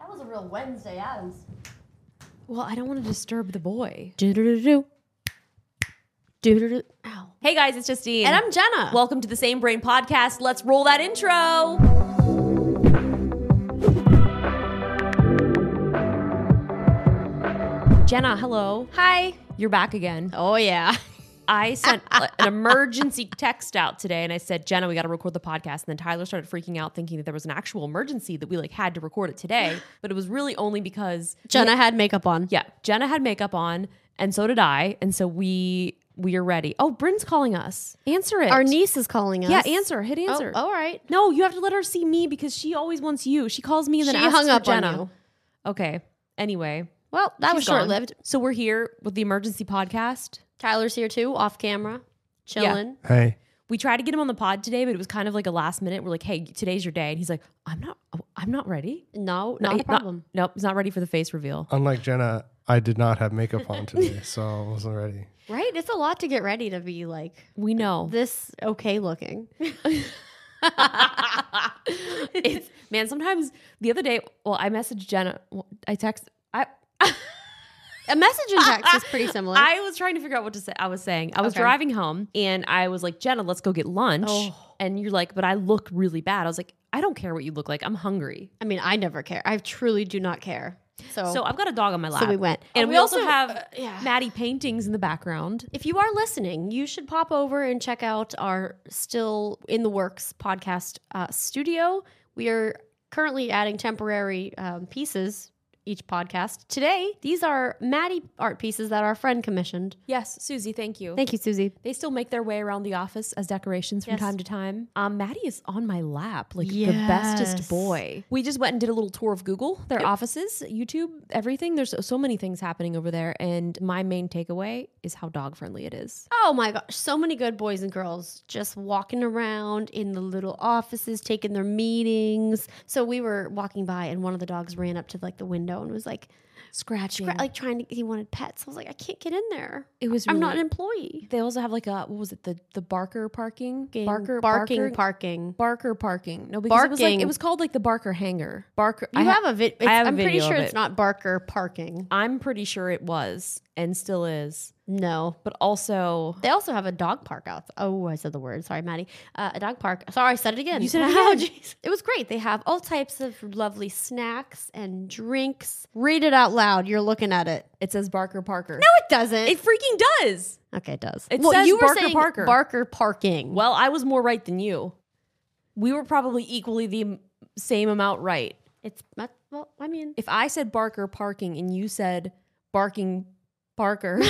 That was a real Wednesday, Adams. Well, I don't want to disturb the boy. Do-do-do-do. Do-do-do. Ow. Hey guys, it's Justine. And I'm Jenna. Welcome to the Same Brain Podcast. Let's roll that intro. Jenna, hello. hi. You're back again. Oh yeah. I sent an emergency text out today and I said, Jenna, we got to record the podcast. And then Tyler started freaking out thinking that there was an actual emergency that we like had to record it today. But it was really only because Jenna had makeup on. Yeah, Jenna had makeup on, and so did I, and so we we are ready. Oh, Bryn's calling us. Answer it. Our niece is calling us. Yeah, answer. Hit Oh, answer. all right. No, you have to let her see me because she always wants you. She calls me and then She asks hung for up on Jenna. you. Okay. Anyway, Well, that she's was gone. short lived. So we're here with the emergency podcast. Tyler's here too, off camera, chilling. Hey, We tried to get him on the pod today, but it was kind of like a last minute. We're like, "Hey, today's your day," and he's like, "I'm not. I'm not ready. No, not a problem. nope, he's not ready for the face reveal." unlike Jenna, I did not have makeup on today, so I wasn't ready. Right? It's a lot to get ready to be like We know. this okay looking. it's man sometimes the other day well i messaged jenna well, i text i a message in text is pretty similar. i was trying to figure out what to say i was saying i was Okay. driving home and i was like jenna let's go get lunch Oh. and you're like but i look really bad i was like i don't care what you look like i'm hungry I mean, I never care. I truly do not care. So, so i've got a dog on my lap Oh. so we went. and Oh, we, also, have uh, yeah. maddie paintings in the background If you are listening, you should pop over and check out our still in the works podcast uh, studio. We are currently adding temporary um, pieces each podcast. Today, these are Maddie art pieces that our friend commissioned. yes susie thank you Thank you, Susie. they still make their way around the office as decorations from Yes. time to time. Um, Maddie is on my lap, like the bestest Yes. boy. We just went and did a little tour of Google, their offices, YouTube, everything. There's so- so many things happening over there. And my main takeaway is how dog friendly it is. Oh my gosh, so many good boys and girls just walking around in the little offices, taking their meetings. So we were walking by, and one of the dogs ran up to like the window and was like, Scratching. gra- like trying to. He wanted pets. I was like, I can't get in there. it was I'm not an really- employee. They also have like a, what was it, the, the Barker parking? Barking, Barker, barking, Barker, parking. Barker parking. No, because it was, like, Barking. it was called like the Barker hangar. Barker. You I ha- have a vid. I have a I'm pretty video sure of it's it. not Barker parking. I'm pretty sure it was and still is. No. But also, They also have a dog park out. Oh, I said the word. Sorry, Maddie. Uh, a dog park. Sorry, I said it again. You said it Wow, again. jeez. It was great. They have all types of lovely snacks and drinks. Read it out loud. You're looking at it. it says Barker Parker. No, it doesn't. It freaking does. okay, it does. It says Barker saying Parker. Barker parking. Well, I was more right than you. We were probably equally the m- same amount right. It's not, well. I mean, If I said Barker parking and you said barking Barker,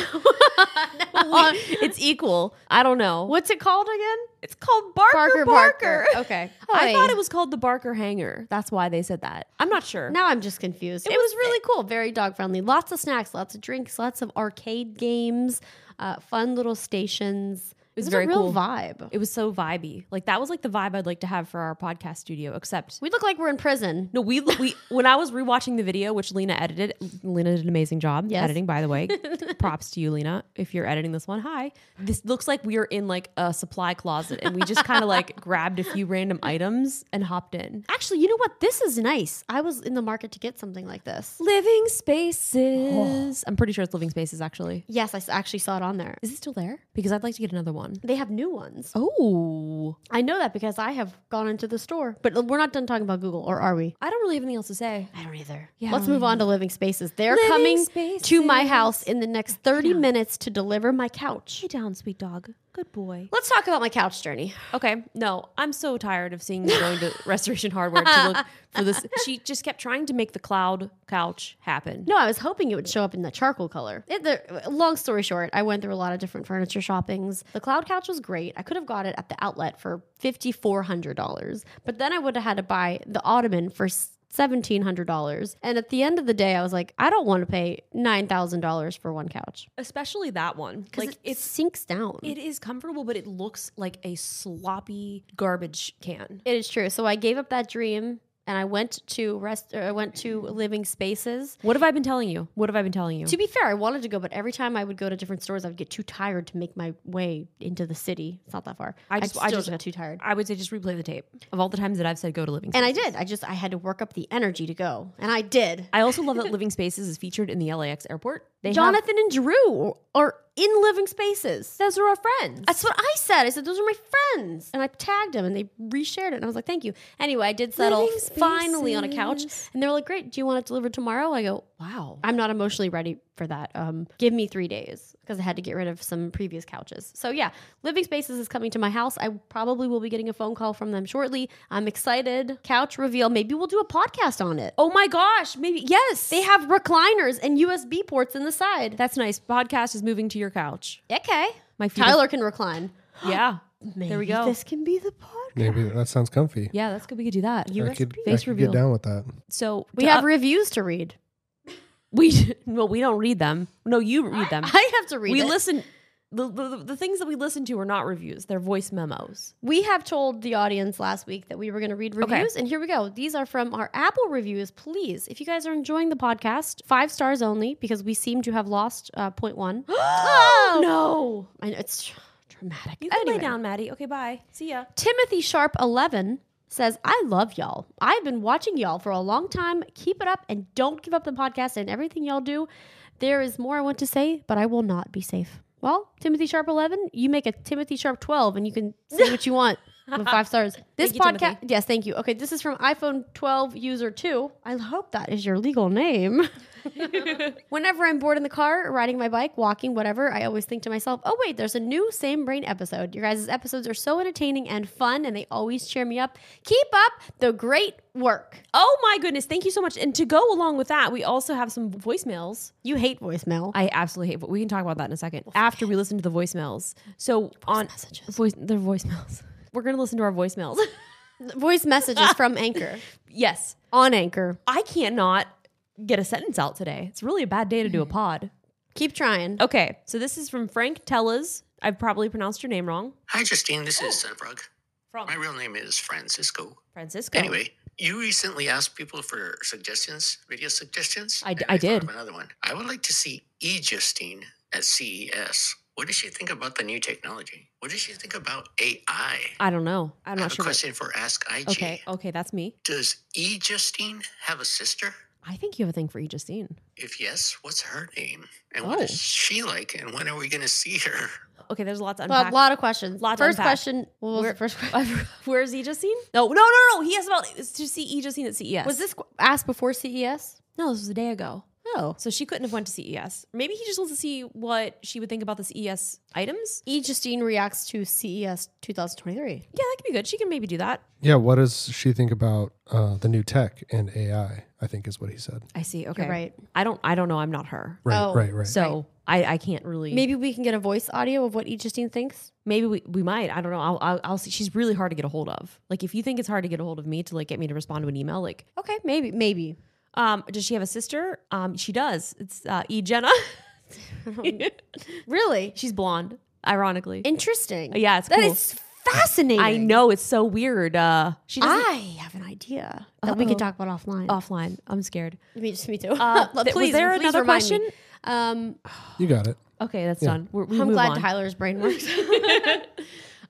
Uh, it's equal. I don't know. what's it called again? It's called Barker Oh, Barker. Okay. I thought Oy. it was called the Barker Hanger. That's why they said that. I'm not sure. Now I'm just confused. It, It was, was- really cool, very dog friendly. Lots of snacks, lots of drinks, lots of arcade games, uh, fun little stations. It was was, very a real cool. vibe. It was so vibey. Like that was like the vibe I'd like to have for our podcast studio. Except We look like we're in prison. No, we we when I was rewatching the video, which Lena edited, Lena did an amazing job Yes. editing. By the way, props to you, Lena. If you're editing this one, hi. This looks like we are in like a supply closet, and we just kind of like grabbed a few random items and hopped in. Actually, you know what? This is nice. I was in the market to get something like this. Living spaces. I'm pretty sure it's living spaces. Actually, Yes, I s- actually saw it on there. Oh. is it still there? Because I'd like to get another one. They have new ones. Oh, I know that because I have gone into the store. But uh, we're not done talking about Google, or are we? I don't really have anything else to say. I don't either. Yeah. Let's move on to living spaces. They're Living coming to my spaces. house in the next 30 minutes to deliver my couch. Sit down, sweet dog. Good boy. Let's talk about my couch journey. Okay, no, I'm so tired of seeing you going to Restoration Hardware to look for this. She just kept trying to make the cloud couch happen. No, I was hoping it would show up in the charcoal color. It, the, long story short, I went through a lot of different furniture shoppings. The cloud couch was great. I could have got it at the outlet for fifty four hundred dollars, but then I would have had to buy the ottoman for. $1,700. And at the end of the day, I was like, I don't want to pay $9,000 for one couch especially that one. because Like it it's sinks down. it is comfortable, but it looks like a sloppy garbage can. It is true. So I gave up that dream and I went to rest. Or I went to living spaces. What have I been telling you? What have I been telling you? To be fair, I wanted to go, but every time I would go to different stores, I would get too tired to make my way into the city. It's not that far. I just- I still just- got too tired. I would say just replay the tape of all the times that I've said go to living. and I Spaces. did. I just I had to work up the energy to go, and I did. I also love that Living Spaces is featured in the LAX airport. They have- Jonathan and Drew are in living spaces. those are our friends. That's what I said. I said those are my friends, and I tagged them, and they reshared it. And I was like, "Thank you." Anyway, I did settle Living finally on a couch, spaces. and they were like, "Great, do you want it delivered tomorrow?" I go, wow. I'm not emotionally ready for that. Um, give me three days because I had to get rid of some previous couches. So yeah, Living Spaces is coming to my house. I probably will be getting a phone call from them shortly. I'm excited. Couch reveal. Maybe we'll do a podcast on it. oh my gosh, maybe yes. They have recliners and USB ports in the side. That's nice. Podcast is moving to your couch. Okay. My feet are- Tyler can recline. yeah. there we Maybe go. This can be the podcast. Maybe that sounds comfy. yeah, that's good. We could do that. I could, I face could reveal. get down with that. So We to have up- reviews to read. we well we don't read them. No, you read them. I have to read. Um, we it. listen. The, the, the things that we listen to are not reviews; they're voice memos. We have told the audience last week that we were going to read Okay. reviews, and here we go. These are from our Apple reviews. Please, if you guys are enjoying the podcast, five stars only because we seem to have lost uh, point one. oh no! I know, it's tr- dramatic. You can Anyway, lay down, Maddie. Okay, bye. See ya. Timothy Sharp eleven says, "I love y'all. I've been watching y'all for a long time. Keep it up, and don't give up the podcast and everything y'all do. There is more I want to say, but I will not be safe." Well, Timothy Sharp 11, you make a Timothy Sharp 12 and you can say what you want with five stars. This Thank you, podcast, yes, thank you. Okay, this is from iPhone 12 user 2. I hope that is your legal name. Whenever I'm bored in the car, riding my bike, walking, whatever, I always think to myself, oh, wait, there's a new Same Brain episode. Your guys' episodes are so entertaining and fun, and they always cheer me up. Keep up the great work. Oh my goodness! Thank you so much. And to go along with that, we also have some voicemails. You hate voicemail. I absolutely hate, but we can talk about that in a second after we listen to the voicemails. So on messages. voice, they're voicemails. We're gonna listen to our voicemails. Voice messages from Anchor. yes, On Anchor. I can't not get a sentence out today. It's really a bad day to do a pod. Keep trying. Okay, so this is from Frank Tellas. I've probably pronounced your name wrong. Hi, Justine. This Oh. is Sebrug. From My real name is Francisco. Francisco. Anyway, you recently asked people for suggestions, video suggestions. I d- and I thought did. of Another one. I would like to see E. Justine at CES. What does she think about the new technology? What does she think about AI? I don't know. I'm I not have sure. a what- question for Ask IG. Okay, okay, that's me. Does E. Justine have a sister? I think you have a thing for E. Justine. If yes, what's her name? And what Oh. is she like? And when are we going to see her? Okay, there's lots to Well, unpack. a lot of questions. Lot to first unpack. question. What was the first question? Where's E. Justine? No, no, no, no. He asked about it's to see E. Justine at CES. Was this qu- asked before E CES? No, this was a day ago. Oh. So she couldn't have went to CES. Maybe he just wants to see what she would think about the CES items. E. Justine reacts to E CES 2023. Yeah, that could be good. She can maybe do that. Yeah, what does she think about uh, the new tech and AI? I think is what he said. I see. Okay, right. I don't. I don't know. I'm not her. Right, Oh, right, right. So I, I can't really. Maybe we can get a voice audio of what E. Justine thinks. maybe we, we might. I don't know. I'll, I'll I'll see. She's really hard to get a hold of. Like if you think it's hard to get a hold of me to like get me to respond to an email, like Okay, maybe, maybe. um, does she have a sister? Um, she does. It's uh, E. Jenna. Really she's blonde. Ironically, interesting. yeah, it's that cool. is fascinating. I know it's so weird. Uh, she doesn't. I have an idea that we Uh-oh. could talk about offline. offline. I'm scared. me, just me too. Uh, Look, th- was there Ah. please another remind question? me. Um, you got it. Okay, that's done. We're, we I'm move glad on. Tyler's brain works.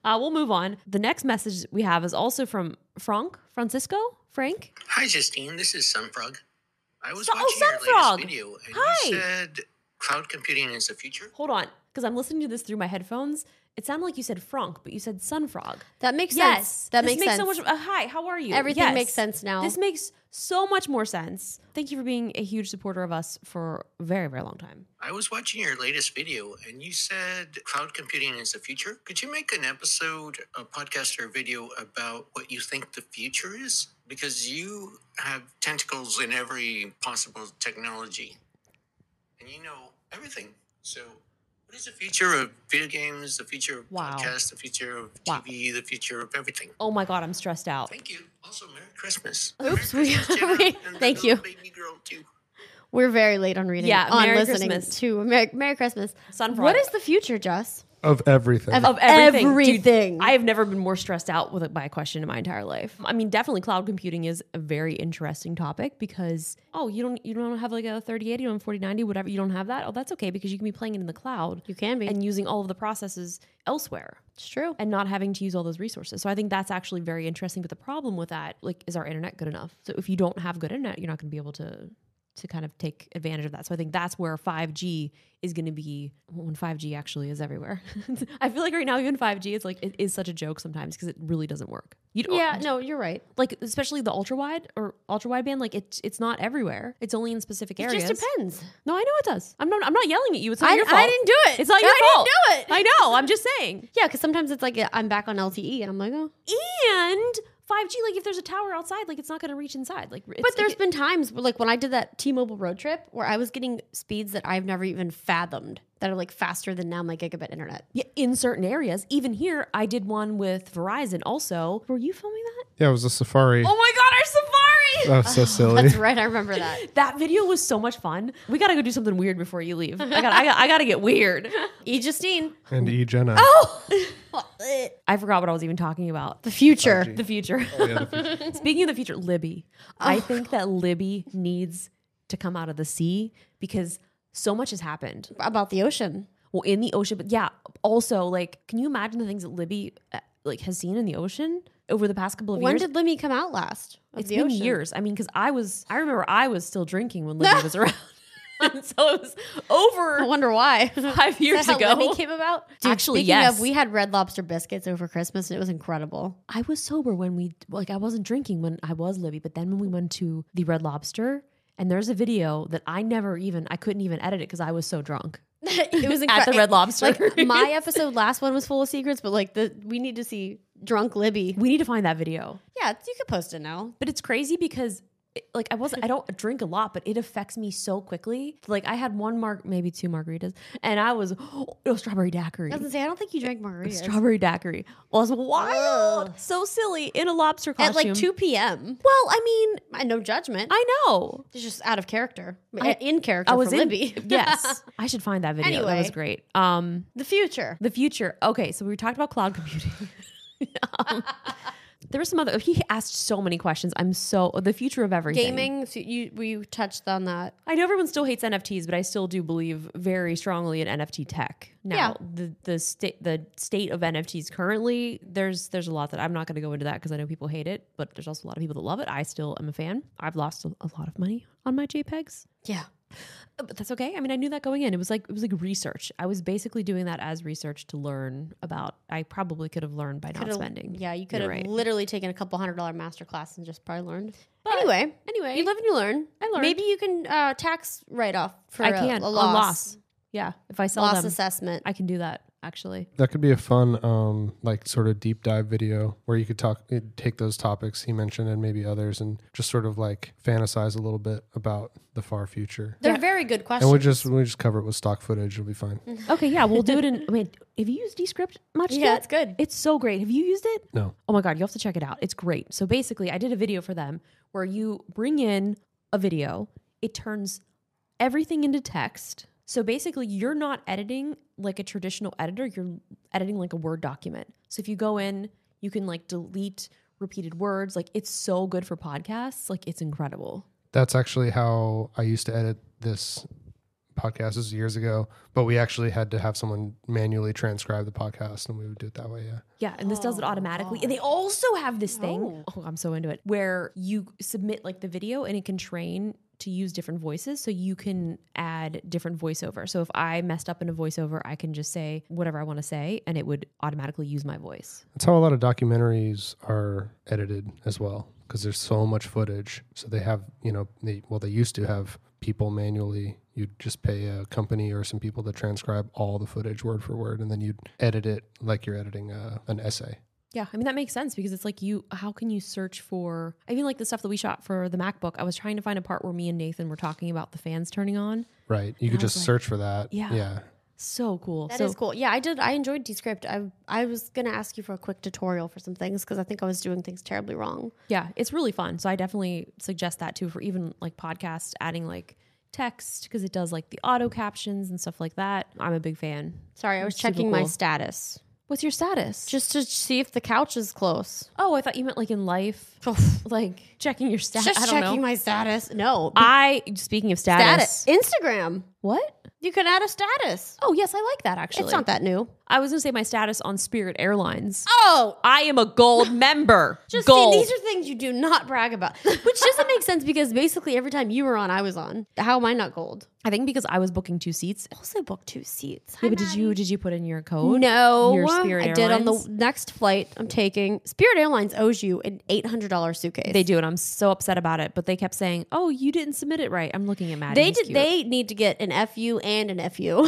Uh, we'll move on. The next message we have is also from Frank Francisco Frank. Hi, Justine. This is Sunfrog. I was Su- oh, watching your Sunfrog. latest video, and Hi. you said cloud computing is the future. Hold on, because I'm listening to this through my headphones. It sounded like you said Frank, but you said Sunfrog. that makes sense. That this makes, sense. so much. Uh, hi, how are you? Everything Yes. makes sense now. This makes so much more sense. Thank you for being a huge supporter of us for a very very long time. I was watching your latest video, and you said cloud computing is the future. Could you make an episode, a podcast, or a video about what you think the future is? Because you have tentacles in every possible technology, and you know everything. So What is the future of video games, the future of Wow. podcasts, the future of Wow. TV, the future of everything? Oh my god, I'm stressed out. Thank you. Also, Merry Christmas. Oops, Merry we- Christmas, Jenna, we- and the thank little you. Baby girl too. We're very late on reading. Yeah, on Merry listening Christmas. to Merry, Merry Christmas. Sun What frog. is the future, Jess? of everything. of everything. Dude, Everything. I have never been more stressed out with by a question in my entire life. I mean, definitely cloud computing is a very interesting topic because oh, you don't you don't have like a 3080, you don't have 4090, whatever. You don't have that. Oh, that's okay because you can be playing it in the cloud You can be. and using all of the processes elsewhere It's true. and not having to use all those resources. So I think that's actually very interesting. But the problem with that, like, is our internet good enough? So if you don't have good internet, you're not going to be able to to kind of take advantage of that. So I think that's where 5G is going to be when 5G actually is everywhere. I feel like right now even 5G is like it is such a joke sometimes because it really doesn't work. You don't, Yeah, no, you're right. like especially the ultra wide or ultra wide band. Like it's it's not everywhere. It's only in specific It areas. just depends. No, I know it does. I'm not. I'm not yelling at you. It's not I, your fault. I didn't do it. It's not your I fault. didn't do it. I know. I'm just saying. Yeah, because sometimes it's like I'm back on LTE and I'm like, oh. and 5G, like if there's a tower outside, like it's not going to reach inside. Like, it's, But there's it- been times where, like when I did that T-Mobile road trip where I was getting speeds that I've never even fathomed that are like faster than now my gigabit internet. yeah, in certain areas, even here, I did one with Verizon. Also, were you filming that? yeah, it was a safari. Oh my God, our safari! that was so silly. That's right, I remember that. That video was so much fun. We got to go do something weird before you leave. I got, I got, I got to get weird. E Justine, And E Jenna. Oh. I forgot what I was even talking about. the future. The future. Yeah, the future. Speaking of the future, Libby. I think that Libby needs to come out of the sea because so much has happened. about the ocean. well in the ocean but yeah also like can you imagine the things that libby uh, like has seen in the ocean over the past couple of When years did Lemmy come out last? Of it's the been ocean? years i mean because i was i remember i was still drinking when libby was around And so it was over I wonder why. five years Is that ago how Lemmy came about? Dude, Actually, speaking yes. of, we had red lobster biscuits over Christmas and it was incredible. i was sober when we like i wasn't drinking when i was libby but then when we went to the red lobster and there's a video that i never even i couldn't even edit it because i was so drunk it was At the incre- Red Lobster. Like my episode last one was full of secrets, but like the we need to see drunk Libby. we need to find that video Yeah, you could post it now. But it's crazy because it- like I wasn't I don't drink a lot, but it affects me so quickly. Like I had one mark maybe two margaritas and I was oh, strawberry daiquiri. I was gonna say I don't think you drank margaritas Strawberry daiquiri was wild. So silly in a lobster costume. at like two p.m. Well, I mean, I no judgment. I know. it's just out of character. I- in character I was for in Libby. yes. I should find that video. That was Anyway. great. Um the future. the future. Okay, so we talked about cloud computing. Um, there was some other he asked so many questions. I'm so the future of everything. Gaming. So you we touched on that. I know everyone still hates NFTs, but I still do believe very strongly in NFT tech. Now, the the state the state of NFTs currently, there's there's a lot that I'm not going to go into that because I know people hate it, but there's also a lot of people that love it. I still am a fan. I've lost a, a lot of money on my JPEGs, Yeah. Uh, but that's okay. I mean, I knew that going in. It was like it was like research. I was basically doing that as research to learn about. I probably could have learned by not Coulda- spending. Yeah, you could have You're right. literally taken a couple hundred dollar master class and just probably learned. anyway, Anyway, you live and you learn. I learned. Maybe you can uh, tax write off for I a- can a, a loss, loss. Yeah, if I sell loss them, assessment. I can do that actually. That could be a fun, um, like sort of deep dive video where you could talk, you'd take those topics he mentioned and maybe others, and just sort of like fantasize a little bit about the far future. They're very good And questions. we'll just we'll just cover it with stock footage. It'll be fine. Okay, yeah, we'll do it in. Wait, have you used Descript much? Yeah, yet? it's good. It's so great. Have you used it? No, Oh my god, you have to check it out. It's great. So basically, I did a video for them where you bring in a video, it turns everything into text. So basically, you're not editing like a traditional editor. You're editing like a Word document. So if you go in, you can like delete repeated words. Like it's so good for podcasts. Like it's incredible. that's actually how I used to edit this podcast. This was years ago, but we actually had to have someone manually transcribe the podcast, and we would do it that way. Yeah. Yeah, and this Oh, does it automatically. And they also have this thing. Oh. I'm so into it. Where you submit like the video and it can train to use different voices so you can add different voiceover. So if I messed up in a voiceover, I can just say whatever I want to say and it would automatically use my voice. That's how a lot of documentaries are edited as well, because there's so much footage. So they have, you know, they well, they used to have people manually. You'd just pay a company or some people to transcribe all the footage word for word, and then you'd edit it like you're editing uh an essay. Yeah, I mean that makes sense because it's like you how can you search for I mean like the stuff that we shot for the MacBook. I was trying to find a part where me and Nathan were talking about the fans turning on Right. You could just search for that. Yeah. Yeah. So cool. That is so cool. Yeah, I did. I enjoyed Descript. I I was gonna ask you for a quick tutorial for some things because I think I was doing things terribly wrong. yeah, it's really fun. So I definitely suggest that too for even like podcasts, adding like text because it does like the auto captions and stuff like that. I'm a big fan. Sorry, I was Super checking my cool. status What's your status? just to see if the couch is close. oh, I thought you meant like in life, like checking your status. Just I don't checking know. my status. No, I speaking of status, Instagram. what? You can add a status. Oh yes, I like that actually. It's not that new. I was gonna say my status on Spirit Airlines. Oh, I am a gold member. just gold. see, these are things you do not brag about, which doesn't make sense because basically every time you were on, I was on. How am I not gold? I think because I was booking two seats. Also booked two seats. Yeah, but did you did you put in your code? No, your Spirit I did on the Airlines? next flight I'm taking. Spirit Airlines owes you an eight hundred dollars suitcase. They do, and I'm so upset about it. But they kept saying, "Oh, you didn't submit it right." I'm looking at Maddie. They who's did. cute. They need to get an FU and an FU.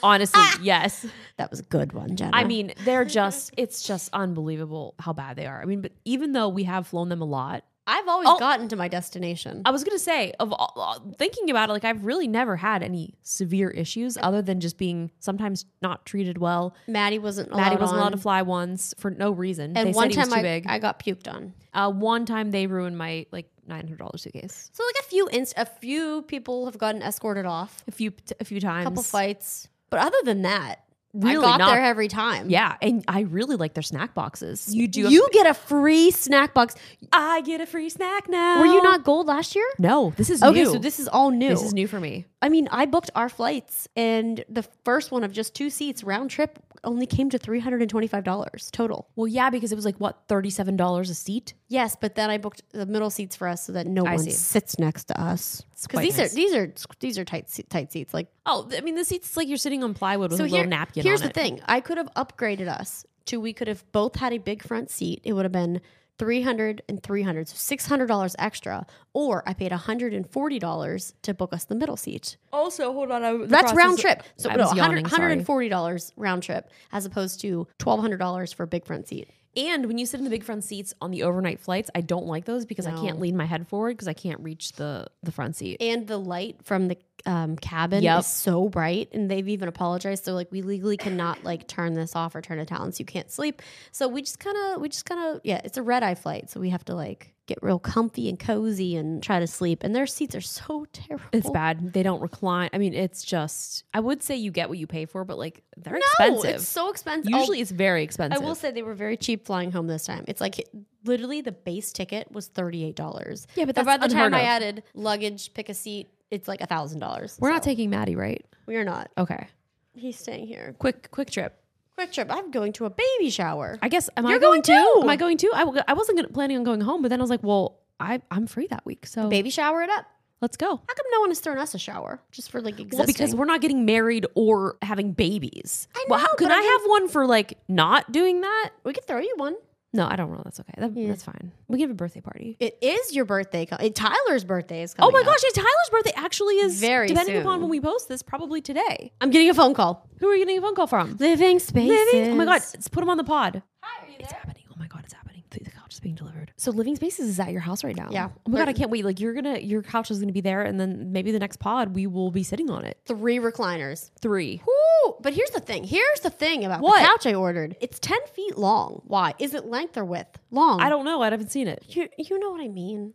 honestly, yes. that was a good one, Jenna. I mean, they're just. It's just unbelievable how bad they are. I mean, but even though we have flown them a lot, I've always Oh. Uh, gotten to my destination. I was gonna say of all, all- thinking about it, like I've really never had any severe issues other than just being sometimes not treated well. Maddie wasn't. Allowed Maddie wasn't on. allowed to fly once for no reason. And they one said he was time too I, big. I got puked on. uh, one time they ruined my like nine hundred dollars suitcase. So like a few inst- a few people have gotten escorted off, A few t- a few times. a couple fights, but other than that, I Really got not- there every time. Yeah, and I really like their snack boxes. You do. you get a free snack box. I get a free snack now. Were you not gold last year? No, this is Okay, new. so this is all new. This is new for me. I mean, I booked our flights, and the first one of just two seats round trip only came to three hundred and twenty five dollars total. Well, yeah, because it was like what thirty seven dollars a seat. Yes, but then I booked the middle seats for us so that no I one see. sits next to us quite nice. because these are these are these are tight se- tight seats like. Oh, I mean, the seats like you're sitting on plywood with a here- little napkin. Here's on the it. thing: I could have upgraded us to we could have both had a big front seat. It would have been 300 and 300 so 600 dollars extra or i paid 140 dollars to book us the middle seat Also, hold on. I, the that's round process- trip so I no, was 100, yawning, sorry. 140 dollars round trip as opposed to 1200 dollars for a big front seat And when you sit in the big front seats on the overnight flights, I don't like those because I can't lean my head forward because I can't reach the the front seat. and the light from the um, cabin Yep. is so bright and they've even apologized they're like we legally cannot like turn this off or turn it down so you can't sleep so we just kind of we just kind of yeah it's a red eye flight so we have to like get real comfy and cozy and try to sleep and their seats are so terrible It's bad. They don't recline. I mean, it's just. I would say you get what you pay for, but like they're No, expensive. it's so expensive Usually, I'll- it's very expensive. I will say they were very cheap flying home this time. It's like literally the base ticket was thirty eight dollars. Yeah, but that's by the time unheard I of. added luggage, pick a seat, it's like a thousand dollars. we're not taking Maddie, right? we are not. Okay. He's staying here. Quick, quick trip. Quick trip. I'm going to a baby shower. I guess. Am I You're going, going too? too. Am I going too? I, w- I wasn't gonna, planning on going home, but then I was like, well, I I'm free that week, so baby shower it up. let's go. How come no one has thrown us a shower just for like existing? Well, because we're not getting married or having babies. I well, know, how, can but I I mean- have one for like not doing that? we could throw you one. No, I don't know. That's okay. That, That's fine. We can have a birthday party. It is your birthday. co- it- Tyler's birthday is Oh coming. my up. gosh, yeah, Tyler's birthday actually is Very depending soon. upon when we post this, probably today. I'm getting a phone call. Who are you getting a phone call from? Living spaces. Living. Oh my god, let's put him on the pod. Hi, are you It's happening. Oh my god, it's happening. The the couch is being delivered. So Living Spaces is at your house right now. Yeah. Oh my god, I can't wait. Like you're gonna your couch is gonna be there, and then maybe the next pod we will be sitting on it. Three recliners. Three. Ooh, but here's the thing. Here's the thing about What? the couch I ordered. It's ten feet long. Why? Is it length or width? Long. I don't know. I haven't seen it. You, you know what I mean.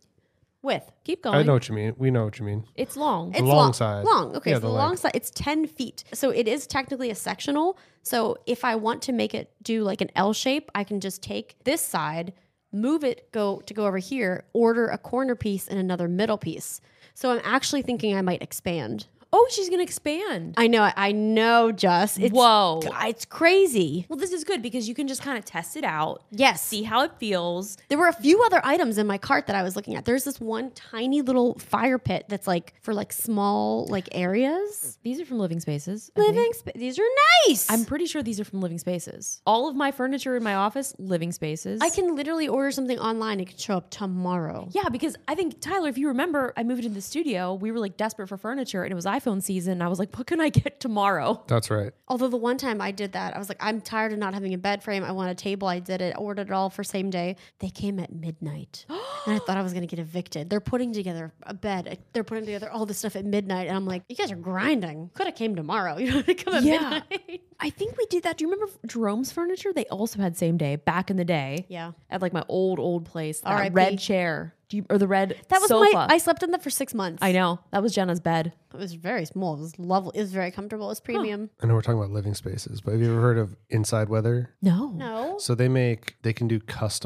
Width. Keep I going. know what you mean. We know what you mean. It's long. It's long long side. Long. Okay, Yeah, so the the long length. side. It's ten feet. So it is technically a sectional. So if I want to make it do like an L shape, I can just take this side, move it, go to go over here, order a corner piece and another middle piece. So I'm actually thinking I might expand. oh, she's gonna expand. I know. I know. Just it's, Whoa. It's crazy. Well, this is good because you can just kind of test it out. Yes. See how it feels. There were a few other items in my cart that I was looking at. There's this one tiny little fire pit that's like for like small like areas. These are from Living Spaces. Mm-hmm. I think. Living spa- these are nice. I'm pretty sure these are from Living Spaces. All of my furniture in my office, Living Spaces. I can literally order something online. It could show up tomorrow. Yeah, because I think Tyler, if you remember, I moved into the studio. We were like desperate for furniture, and it was iPhone season. And I was like, what can I get tomorrow? That's right. Although the one time I did that, I was like, I'm tired of not having a bed frame. I want a table. I did it, ordered it all for same day. They came at midnight, and I thought I was gonna get evicted. They're putting together a bed. They're putting together all this stuff at midnight, and I'm like, you guys are grinding. Could have came tomorrow. You know, they come at Yeah. midnight. I think we did that. Do you remember Jerome's furniture? They also had same day back in the day. yeah, At like my old, old place. That R.I.P. red chair. Do you or the red that was sofa. my. I slept in that for six months. I know. That was Jenna's bed. It was very small. It was lovely. It was very comfortable. It was premium. I know we're talking about living spaces, but have you ever heard of Inside Weather? No. No. So they make they can do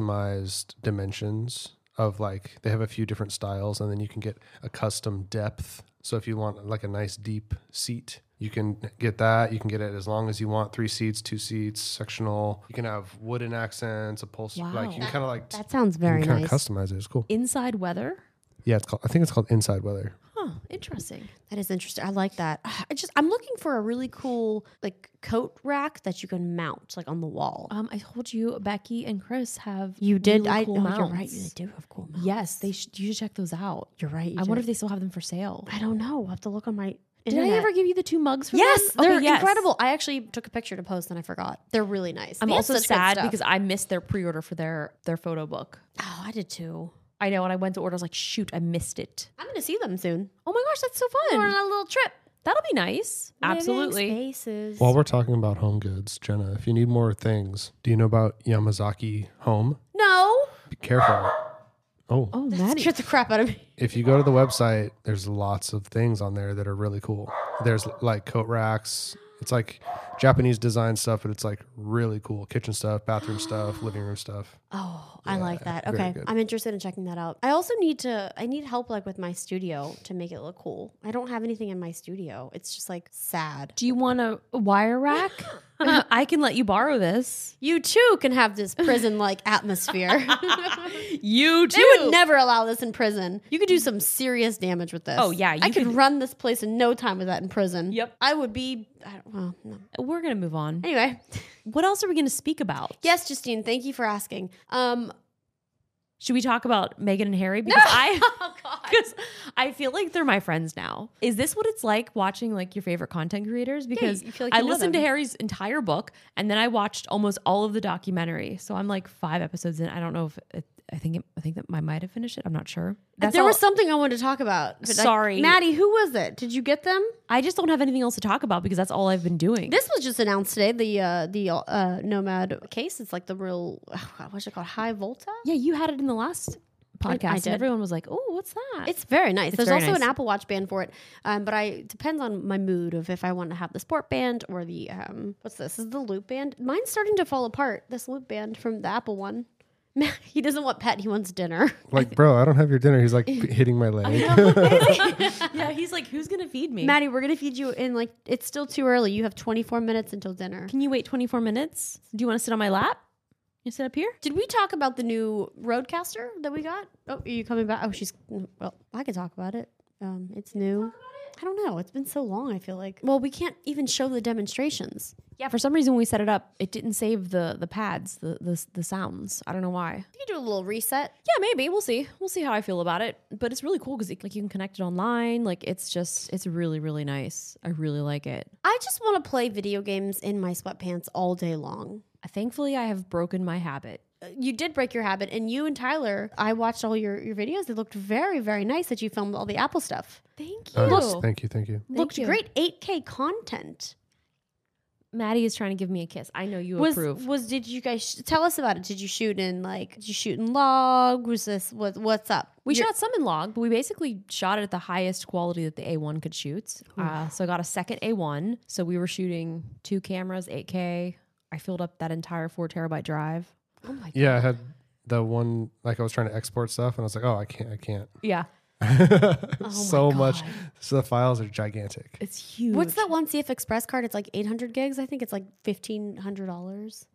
customized dimensions of like they have a few different styles and then you can get a custom depth. So if you want like a nice deep seat, you can get that. You can get it as long as you want, three seats, two seats, sectional. You can have wooden accents, upholstery. Like you can kind of like That sounds very you can nice. kind of customize it. It's cool. Inside weather. Yeah, it's called I think it's called Inside Weather. Huh. Interesting. That is interesting. I like that. I just I'm looking for a really cool like coat rack that you can mount like on the wall. Um, I told you Becky and Chris have you did. really I cool oh, you're mounts. right. You do have cool mounts. Yes, they should. You should check those out. You're right. you I do. wonder if they still have them for sale. I don't know. I'll have to look on my. Did I ever give you the two mugs for Yes, them? they're Okay, yes. incredible. I actually took a picture to post and I forgot. They're really nice. I'm They have also such good sad stuff. because I missed their pre-order for their their photo book. oh, I did too. I know, and I went to order. I was like, shoot, I missed it. I'm gonna see them soon. Oh my gosh, that's so We're on fun! a little trip. That'll be nice. Absolutely. Living spaces. While we're talking about home goods, Jenna, if you need more things, do you know about Yamazaki Home? no. Be careful. Oh, Oh, That Maddie. scared the crap out of me. if you go to the website, there's lots of things on there that are really cool. There's like coat racks. It's like Japanese design stuff, but it's like really cool kitchen stuff, bathroom stuff, living room stuff. Oh, I like that. very Okay, good. I'm interested in checking that out. I also need to. I need help like with my studio to make it look cool. I don't have anything in my studio. It's just like sad. Do you want a wire rack? I can let you borrow this. You too can have this prison like atmosphere. You They would never allow this in prison. You could do some serious damage with this. Oh, yeah, I you could, could- run this place in no time with that in prison. Yep. I would be. I don't, well, no. We're gonna move on. Anyway, What else are we gonna speak about? yes, Justine. Thank you for asking. Um. Should we talk about Megan and Harry? Because I Oh God. because I feel like they're my friends now. Is this what it's like watching like your favorite content creators? Because you feel like I you know listened to them. Harry's entire book and then I watched almost all of the documentary. So I'm like five episodes in. I don't know if it, I think it, I think that I might have finished it. I'm not sure. That's there all- was something I wanted to talk about. but I- Sorry. Maddie. Who was it? Did you get them? I just don't have anything else to talk about because that's all I've been doing. This was just announced today. The uh, the uh, Nomad case. It's like the real. Oh God, what's it called? High Volta. yeah, you had it in the last podcast. I and did. everyone was like, "Oh, what's that?" It's very nice. There's very also an nice. Apple Watch band for it, um, but I it depends on my mood of if I want to have the sport band or the um, what's this? Is the loop band? Mine's starting to fall apart. This loop band from the Apple one. he doesn't want pet. He wants dinner. Like, bro, I don't have your dinner. He's like hitting my leg. yeah. He's like, "Who's gonna feed me?" Maddie, we're gonna feed you in like it's still too early. You have 24 minutes until dinner. Can you wait 24 minutes? Do you want to sit on my lap? You sit up here. Did we talk about the new Roadcaster that we got? Oh, are you coming back? Oh, she's well. I could talk about it. Um, it's new. I don't know. It's been so long. I feel like. Well, we can't even show the demonstrations. Yeah, for some reason when we set it up, it didn't save the the pads, the the, the sounds. I don't know why. You can do a little reset. Yeah, maybe we'll see. We'll see how I feel about it. But it's really cool because like you can connect it online. Like it's just it's really really nice. I really like it. I just want to play video games in my sweatpants all day long. Thankfully, I have broken my habit. Uh, You did break your habit, and you and Tyler, I watched all your, your videos. They looked very, very nice that you filmed all the Apple stuff. Thank you. Oh, yes. Thank you. Thank you. looked you. great. 8K content. Maddie is trying to give me a kiss. I know you Was, approve. was did you guys sh- tell us about it? Did you shoot in like did you shoot in log? Was this what what's up? We You're- shot some in log, but we basically shot it at the highest quality that the A1 could shoot. Uh, so I got a second A1. So we were shooting two cameras, 8K. I filled up that entire four terabyte drive. Yeah, I had the one like I was trying to export stuff, and I was like, oh, I can't, I can't. Yeah, so much. So the files are gigantic. it's huge. What's that one CF Express card? It's like 800 gigs. I think it's like $1,500. Do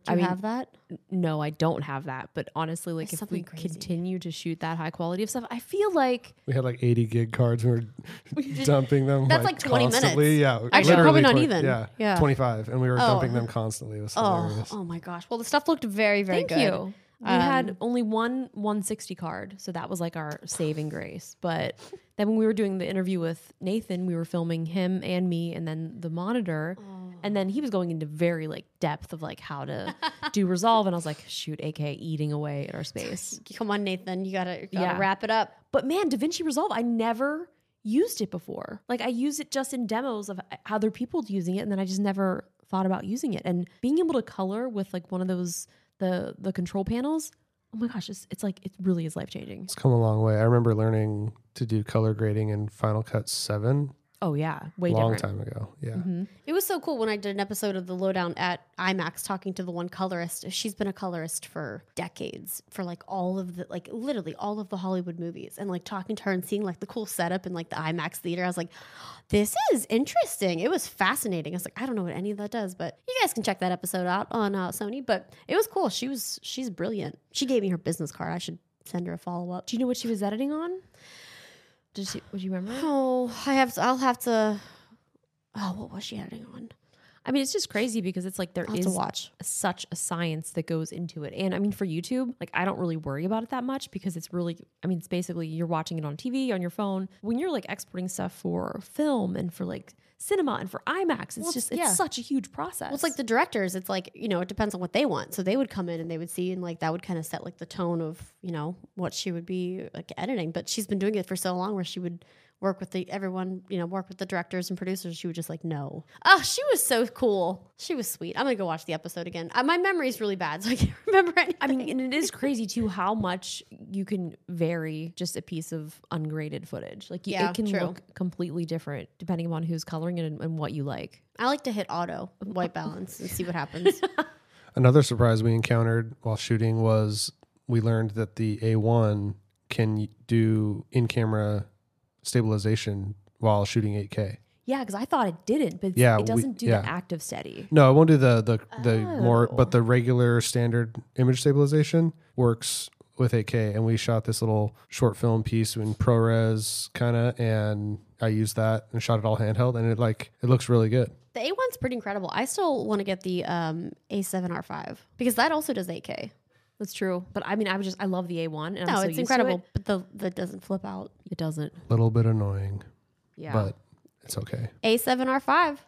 I you mean, have that? No, I don't have that. But honestly, like It's if something we crazy. continue to shoot that high quality of stuff, I feel like We had like 80 gig cards. We were dumping them. That's like 20 minutes. constantly. Yeah, Actually, probably literally not 20 even. Yeah, Yeah. 25, and we were dumping them constantly. It was hilarious. Oh, oh my gosh. Well, the stuff looked very, very thank good. Um, you. We had only one 160 card, so that was like our saving grace. But then when we were doing the interview with Nathan, we were filming him and me, and then the monitor, and then he was going into very like depth of like how to do resolve, and I was like, shoot, AK eating away at our space. Come on, Nathan. You gotta, you gotta Yeah. wrap it up. But man, DaVinci Resolve, I never used it before. Like I use it just in demos of other people using it, and then I just never thought about using it. And being able to color with like one of those the the control panels, oh my gosh, it's, it's like it really is life changing. It's come a long way. I remember learning to do color grading in Final Cut 7 Oh yeah, a way long different. time ago. Yeah. It was so cool when I did an episode of the lowdown at IMAX talking to the one colorist. She's been a colorist for decades for like all of the like literally all of the Hollywood movies and like talking to her and seeing like the cool setup in like the IMAX theater. I was like, this is interesting. It was fascinating. I was like, I don't know what any of that does, but you guys can check that episode out on uh, Sony. But it was cool. She was she's brilliant. She gave me her business card. I should send her a follow up. Do you know what she was editing on? Did she? Would you remember? Oh, I have to, I'll have to. Oh, what was she editing on? I mean, it's just crazy because it's like there I'll is have to watch. such a science that goes into it. And I mean, for YouTube, like I don't really worry about it that much because it's really, I mean, it's basically you're watching it on TV, on your phone. When you're like exporting stuff for film and for like cinema and for IMAX, it's Well, just, yeah. it's such a huge process. Well, it's like the directors. It's like you know, it depends on what they want. So they would come in and they would see, and like that would kind of set like the tone of you know what she would be like editing. But she's been doing it for so long, where she would work with the everyone, you know, work with the directors and producers. She would just like no. Oh, she was so cool. She was sweet. I'm gonna go watch the episode again. Uh, my memory's really bad, so I can't remember anything. I mean, and it is crazy too how much you can vary just a piece of ungraded footage. Like, y- Yeah, it can true. look completely different depending upon who's coloring it and, and what you like. I like to hit auto white balance and see what happens. Another surprise we encountered while shooting was we learned that the A1 can do in camera stabilization while shooting 8K. Yeah, because I thought it didn't, but it's- Yeah, we- it doesn't do yeah. the active steady. No, I won't do the the, the Oh. more, but the regular standard image stabilization works with 8K. And we shot this little short film piece in ProRes kind of, and I used that and shot it all handheld, and it like it looks really good. the A1's pretty incredible. I still want to get the um, A7R5 because that also does 8K. That's true. But I mean, I was just, I love the A1. And I'm No, so it's used to incredible, it. but the that doesn't flip out. It doesn't. Little bit annoying, Yeah. but it's okay. A7R5.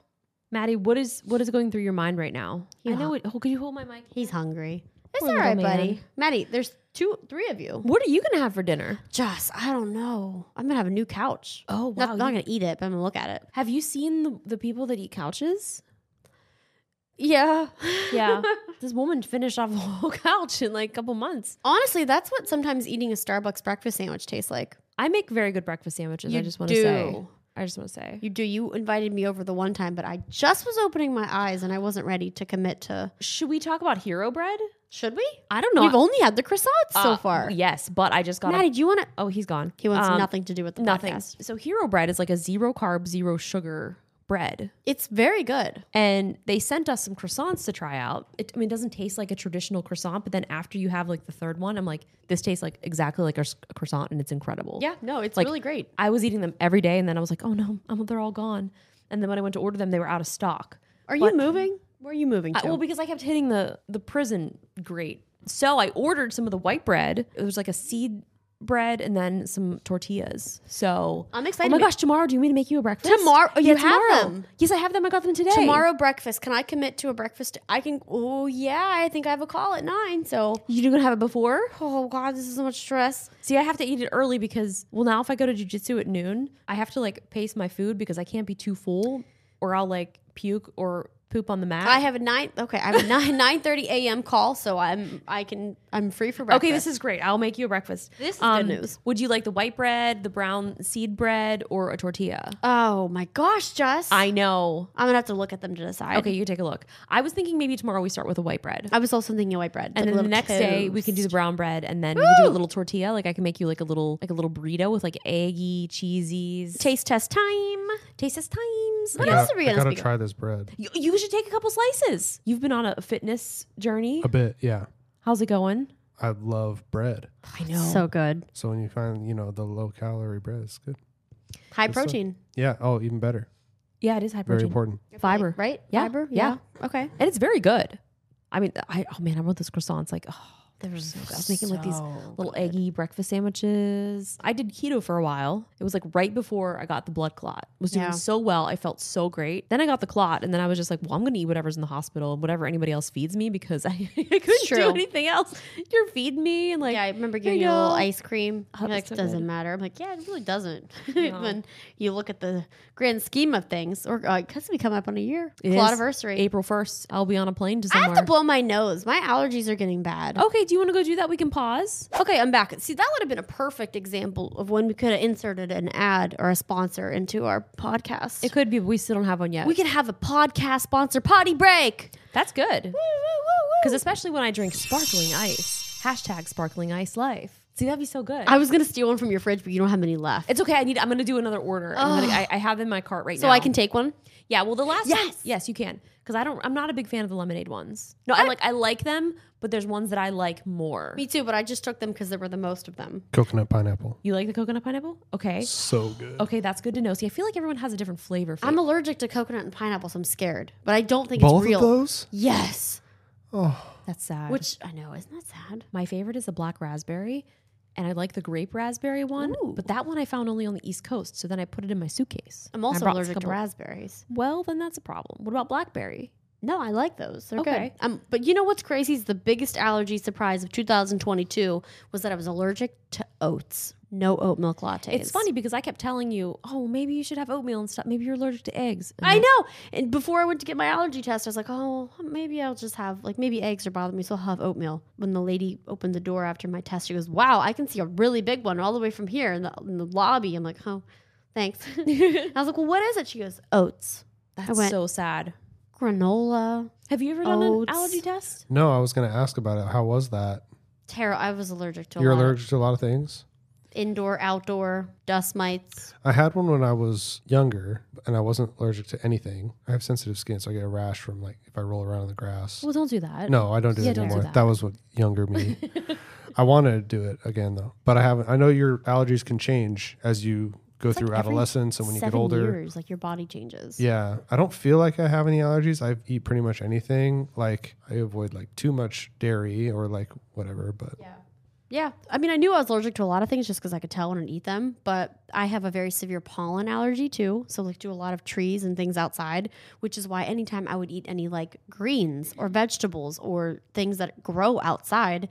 Maddie, what is what is going through your mind right now? You I know hu- it. Oh, could you hold my mic? He's hungry. It's Poor all little right, man. buddy. Maddie, there's two, three of you. What are you gonna have for dinner? Joss, I don't know. I'm gonna have a new couch. Oh Not- I'm not gonna eat it, but I'm gonna look at it. have you seen the, the people that eat couches? Yeah. Yeah. this woman finished off a whole couch in like a couple months. Honestly, that's what sometimes eating a Starbucks breakfast sandwich tastes like. I make very good breakfast sandwiches. I You just want to say. do. I just want to say. You do. You invited me over the one time, but I just was opening my eyes and I wasn't ready to commit to. Should we talk about hero bread? Should we? I don't know. We've only had the croissants so Uh, far. Yes, but I just got. a- Maddie, do you want to? oh, he's gone. He wants Um, nothing to do with the Nothing. podcast. So hero bread is like a zero carb, zero sugar bread. It's very good. and they sent us some croissants to try out. It, I mean, it doesn't taste like a traditional croissant, but then after you have like the third one, I'm like, this tastes like exactly like a, s- a croissant, and it's incredible. Yeah. No, it's Like- really great. I was eating them every day, and then I was like, oh no, um, they're all gone. And then when I went to order them, they were out of stock. Are But- you moving? Where are you moving to? I- well, because I kept hitting the the prison grate, so I ordered some of the white bread. It was like a seed bread and then some tortillas. So I'm excited. Oh my gosh, tomorrow, do you want me to make you a breakfast? Tomorrow- Oh, you have them. Yes, I have them. I got them today. Tomorrow breakfast. Can I commit to a breakfast? I can. Oh yeah, I think I have a call at nine. So You gonna have it before? oh god, this is so much stress. See, I have to eat it early because well, now if I go to jujitsu at noon, I have to like pace my food because I can't be too full, or I'll like puke or poop on the mat. I have a nine. Okay, I have a nine nine thirty a.m. call, so I'm I can I'm free for breakfast. Okay, this is great. I'll make you a breakfast. Um, This is good news. Would you like the white bread, the brown seed bread, or a tortilla? Oh my gosh, Jess. I know. I'm gonna have to look at them to decide. Okay, you can take a look. I was thinking maybe tomorrow we start with a white bread. I was also thinking white bread, and like a then the little next day we can do the brown bread, and then we can do a little tortilla. Like I can make you like a little like a little burrito with like eggy cheesies. taste test time. Taste as times. What I else gotta- are we I gonna gotta speak of? try this bread You, you should take a couple slices. You've been on a fitness journey. a bit. Yeah, How's it going? I love bread. I know. So good, So when you find you know the low calorie bread, it's good. high That's so- protein, Yeah. Oh, even better. yeah, it is high Very protein. important. Fiber. right? Yeah, Fiber. yeah. Okay. And it's very good. I mean, I oh man, I want those croissants. Like, oh, There was, I was making like these little eggy breakfast sandwiches. I did keto for a while. It was like right before I got the blood clot. Was doing Yeah. so well. I felt so great. Then I got the clot, and then I was just like, well, I'm gonna eat whatever's in the hospital and whatever anybody else feeds me because I, I couldn't do true. anything else. You're feeding me and like yeah, I remember here giving you you a little go. ice cream. Oh, You're it was like, so doesn't good. matter. I'm like, yeah, it really doesn't. No. when you look at the grand scheme of things, or uh, because we come up on a year, It is anniversary. April first, I'll be on a plane to I somewhere. have to blow my nose. My allergies are getting bad. Okay, do you want to go do that? We can pause. Oh, Okay, I'm back. See, that would have been a perfect example of when we could have inserted an ad or a sponsor into our podcast. It could be, but we still don't have one yet. we could have a podcast sponsor potty break. That's good. Because especially when I drink sparkling ice, hashtag sparkling ice life. See, that'd be so good. I was gonna steal one from your fridge, but you don't have any left. it's okay. I need. I'm gonna do another order. I'm gonna, I, I have in my cart right so now, I can take one. Yeah. Well, the last time. Yes. Yes, you can. Because I don't. I'm not a big fan of the lemonade ones. No, I, like. I like them, but there's ones that I like more. Me too, but I just took them because there were the most of them. Coconut pineapple. You like the coconut pineapple? Okay. So good. Okay, that's good to know. See, I feel like everyone has a different flavor. For I'm allergic to coconut and pineapple, so I'm scared. But I don't think Both it's real. of those? Yes. that's sad. Which I know, isn't that sad? My favorite is the black raspberry, and I like the grape raspberry one, but that one I found only on the East Coast. So then I put it in my suitcase. I'm I also brought a allergic to couple- raspberries. Well, then that's a problem. What about blackberry? No, I like those. They're Okay. good. Um, but you know what's crazy is the biggest allergy surprise of 2022 was that I was allergic to oats. No oat milk lattes. It's funny because I kept telling you, oh, maybe you should have oatmeal and stuff. Maybe you're allergic to eggs. And I know. And before I went to get my allergy test, I was like, oh, maybe I'll just have, like, maybe eggs are bothering me, so I'll have oatmeal. When the lady opened the door after my test, she goes, wow, I can see a really big one all the way from here in the, in the lobby. I'm like, oh, thanks. I was like, well, what is it? She goes, oats, That's went- so sad. granola. Have you ever done Oats. an allergy test? No, I was going to ask about it. How was that? Tara, I was allergic to a You're lot of allergic to a lot of things? indoor, outdoor, dust mites. I had one when I was younger and I wasn't allergic to anything. I have sensitive skin, so I get a rash from like if I roll around in the grass. Well, don't do that. No, I don't do Yeah, it don't do anymore. that. that. was what younger me. I want to do it again though, but I haven't. I know your allergies can change as you go like through every adolescence and when you get Seven older. years, like your body changes. Yeah, I don't feel like I have any allergies. I eat pretty much anything. Like I avoid like too much dairy or like whatever. But Yeah. I mean, I knew I was allergic to a lot of things just because I could tell and eat them, but I have a very severe pollen allergy too. So, like, do a lot of trees and things outside, which is why anytime I would eat any like greens or vegetables or things that grow outside,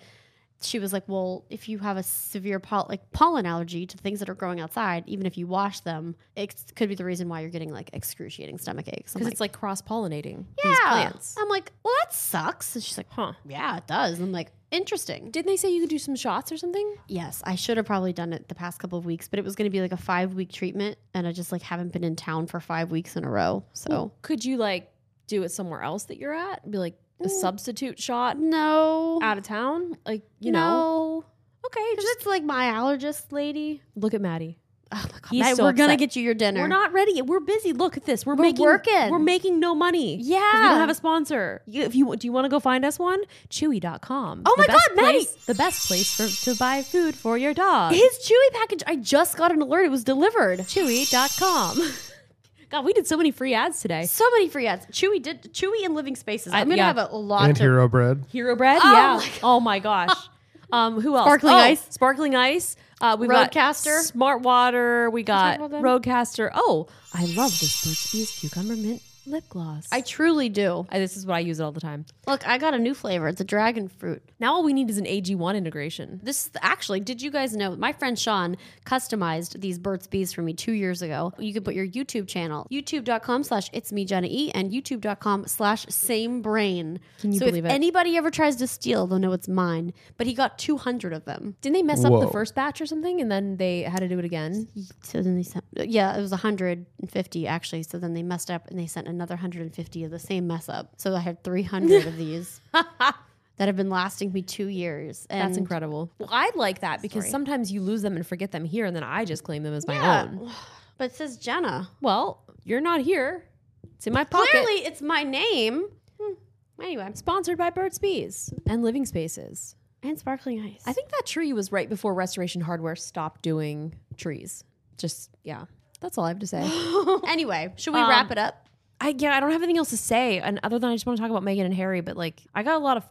she was like, Well, if you have a severe pol- like pollen allergy to things that are growing outside, even if you wash them, it could be the reason why you're getting like excruciating stomach aches. I'm Because it's like cross pollinating yeah. Oh. these plants. I'm like, Well, that sucks. And she's like, Huh. Yeah, it does. And I'm like, Interesting. Didn't they say you could do some shots or something? Yes, I should have probably done it the past couple of weeks, but it was going to be like a five week treatment, and I just like haven't been in town for five weeks in a row. So Could you like do it somewhere else that you're at? Be like a Mm. substitute shot no, out of town? Like, you know? no, Okay, because it's like my allergist lady. Look at Maddie. Oh my god, He's Matt, so we're gonna upset. get you your dinner. We're not ready. yet. We're busy. Look at this. We're, making working. We're making no money. 'cause We Yeah. don't have a sponsor. You, if you do you want to go find us one? Chewy.com. Oh The my best God, Maddie. place- The best place for to buy food for your dog. His Chewy package. I just got an alert; it was delivered. Chewy.com. God, we did so many free ads today. So many free ads. Chewy did Chewy and Living Spaces. I- I'm gonna yeah. have a, a lot and to hero bread. Hero bread? Oh yeah. my God. oh my gosh. Um, who else? Sparkling Oh, ice. Sparkling ice. Uh, we've Roadcaster. got Smart Water. We got about them? Roadcaster. Oh, I love this Burt's Bees cucumber mint lip gloss. I truly do. I- this is what I use it all the time. Look, I got a new flavor. It's a dragon fruit. Now all we need is an AG1 integration. This is actually, did you guys know? My friend Sean customized these Burt's Bees for me two years ago. You can put your YouTube channel, youtube.com slash it's me, Jenna E, and youtube.com slash same brain. Can you so believe if it? anybody ever tries to steal, they'll know it's mine. But he got 200 of them. Didn't they mess up Whoa. the first batch or something and then they had to do it again? So then they sent, uh, yeah, it was 150 actually. So then they messed up and they sent another 150 of the same mess up. So I had 300 of these that have been lasting me two years. And That's incredible. Well, I like that because sometimes you lose them and forget them here and then I just claim them as my Yeah. own. But it says Jenna. Well, you're not here. It's in my pocket. Clearly, it's my name. Anyway, Sponsored by Burt's Bees and Living Spaces. and sparkling ice. I think that tree was right before Restoration Hardware stopped doing trees. Just yeah, that's all I have to say. anyway, should we wrap it up? I yeah, I don't have anything else to say, and other than I just want to talk about Megan and Harry. But like, I got a lot of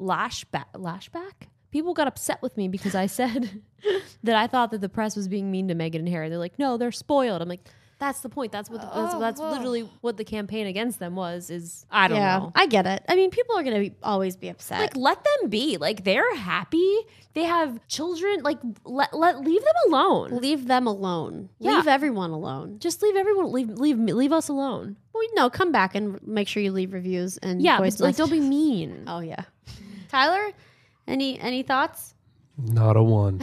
lashback, lashback. people got upset with me because I said that I thought that the press was being mean to Meghan and Harry. They're like, no, they're spoiled. I'm like, that's the point. That's what the, that's, Oh, that's well. literally what the campaign against them was. Is I don't yeah, know. I get it. I mean, people are gonna be, always be upset. like let them be. Like they're happy. They have children. Like let, let leave them alone. leave them alone. Yeah. Leave everyone alone. Just leave everyone. Leave leave me- leave us alone. Well, no, come back and make sure you leave reviews and Yeah, voice but, like don't be messages. mean. Oh yeah, Tyler, any any thoughts? Not a one.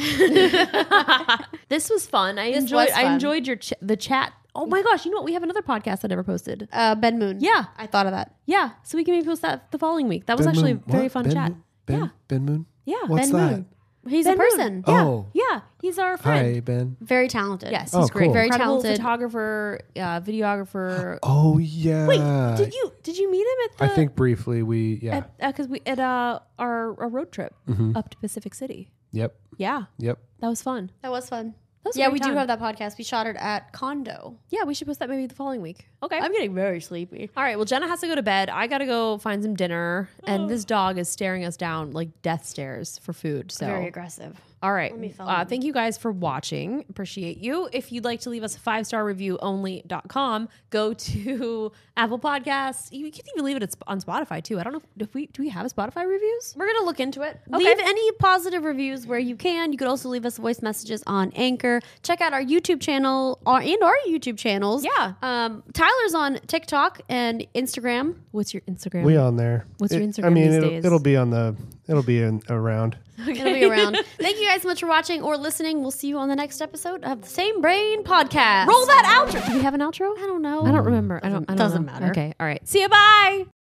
This was fun. I This enjoyed. was fun. I enjoyed your ch- the chat. Oh my gosh! You know what? We have another podcast that never posted. Uh, ben Moon. Yeah. I thought of that. Yeah, so we can maybe post that the following week. That was actually a very fun ben, chat. Moon? Ben, Yeah. Ben Moon. Yeah, What's Ben that? Moon. He's a Ben Moon. person. Oh. Yeah, he's our friend. Hi, Ben. Very talented. Yes, Oh, he's great. cool. Very Very talented talented. photographer, uh, videographer. Oh yeah. Wait, did you uh, did you meet him at the? I think briefly we yeah. Mm-hmm. at because we at uh, our our road trip up to Pacific City. yep. Yeah, Yep. that was fun. That was fun. That was a yeah, great we time. do have that podcast. We shot it at Condo. Yeah, we should post that maybe the following week. Okay. I'm getting very sleepy. All right. Well, Jenna has to go to bed. I gotta go find some dinner, Oh. and this dog is staring us down like death stares for food. So Very aggressive. All right. me fill uh, in. thank you guys for watching. Appreciate you. If you'd like to leave us a five star review only.com, go to Apple Podcasts. You can even leave it at Sp- on Spotify too. I don't know if, if we do we have Spotify reviews? We're gonna look into it. Okay. Leave any positive reviews where you can. You could also leave us voice messages on Anchor. Check out our YouTube channel or and our YouTube channels. Yeah. Um, Tyler's on TikTok and Instagram. What's your Instagram? We on there. What's your I Instagram mean, these it'll, days? it'll be on the. It'll be in, around. It'll be around. Thank you guys so much for watching or listening. We'll see you on the next episode of the Same Brain Podcast. Roll that outro. Do we have an outro? I don't know. I don't remember. I don't. I don't Doesn't know. matter. Okay. All right. See you. Bye.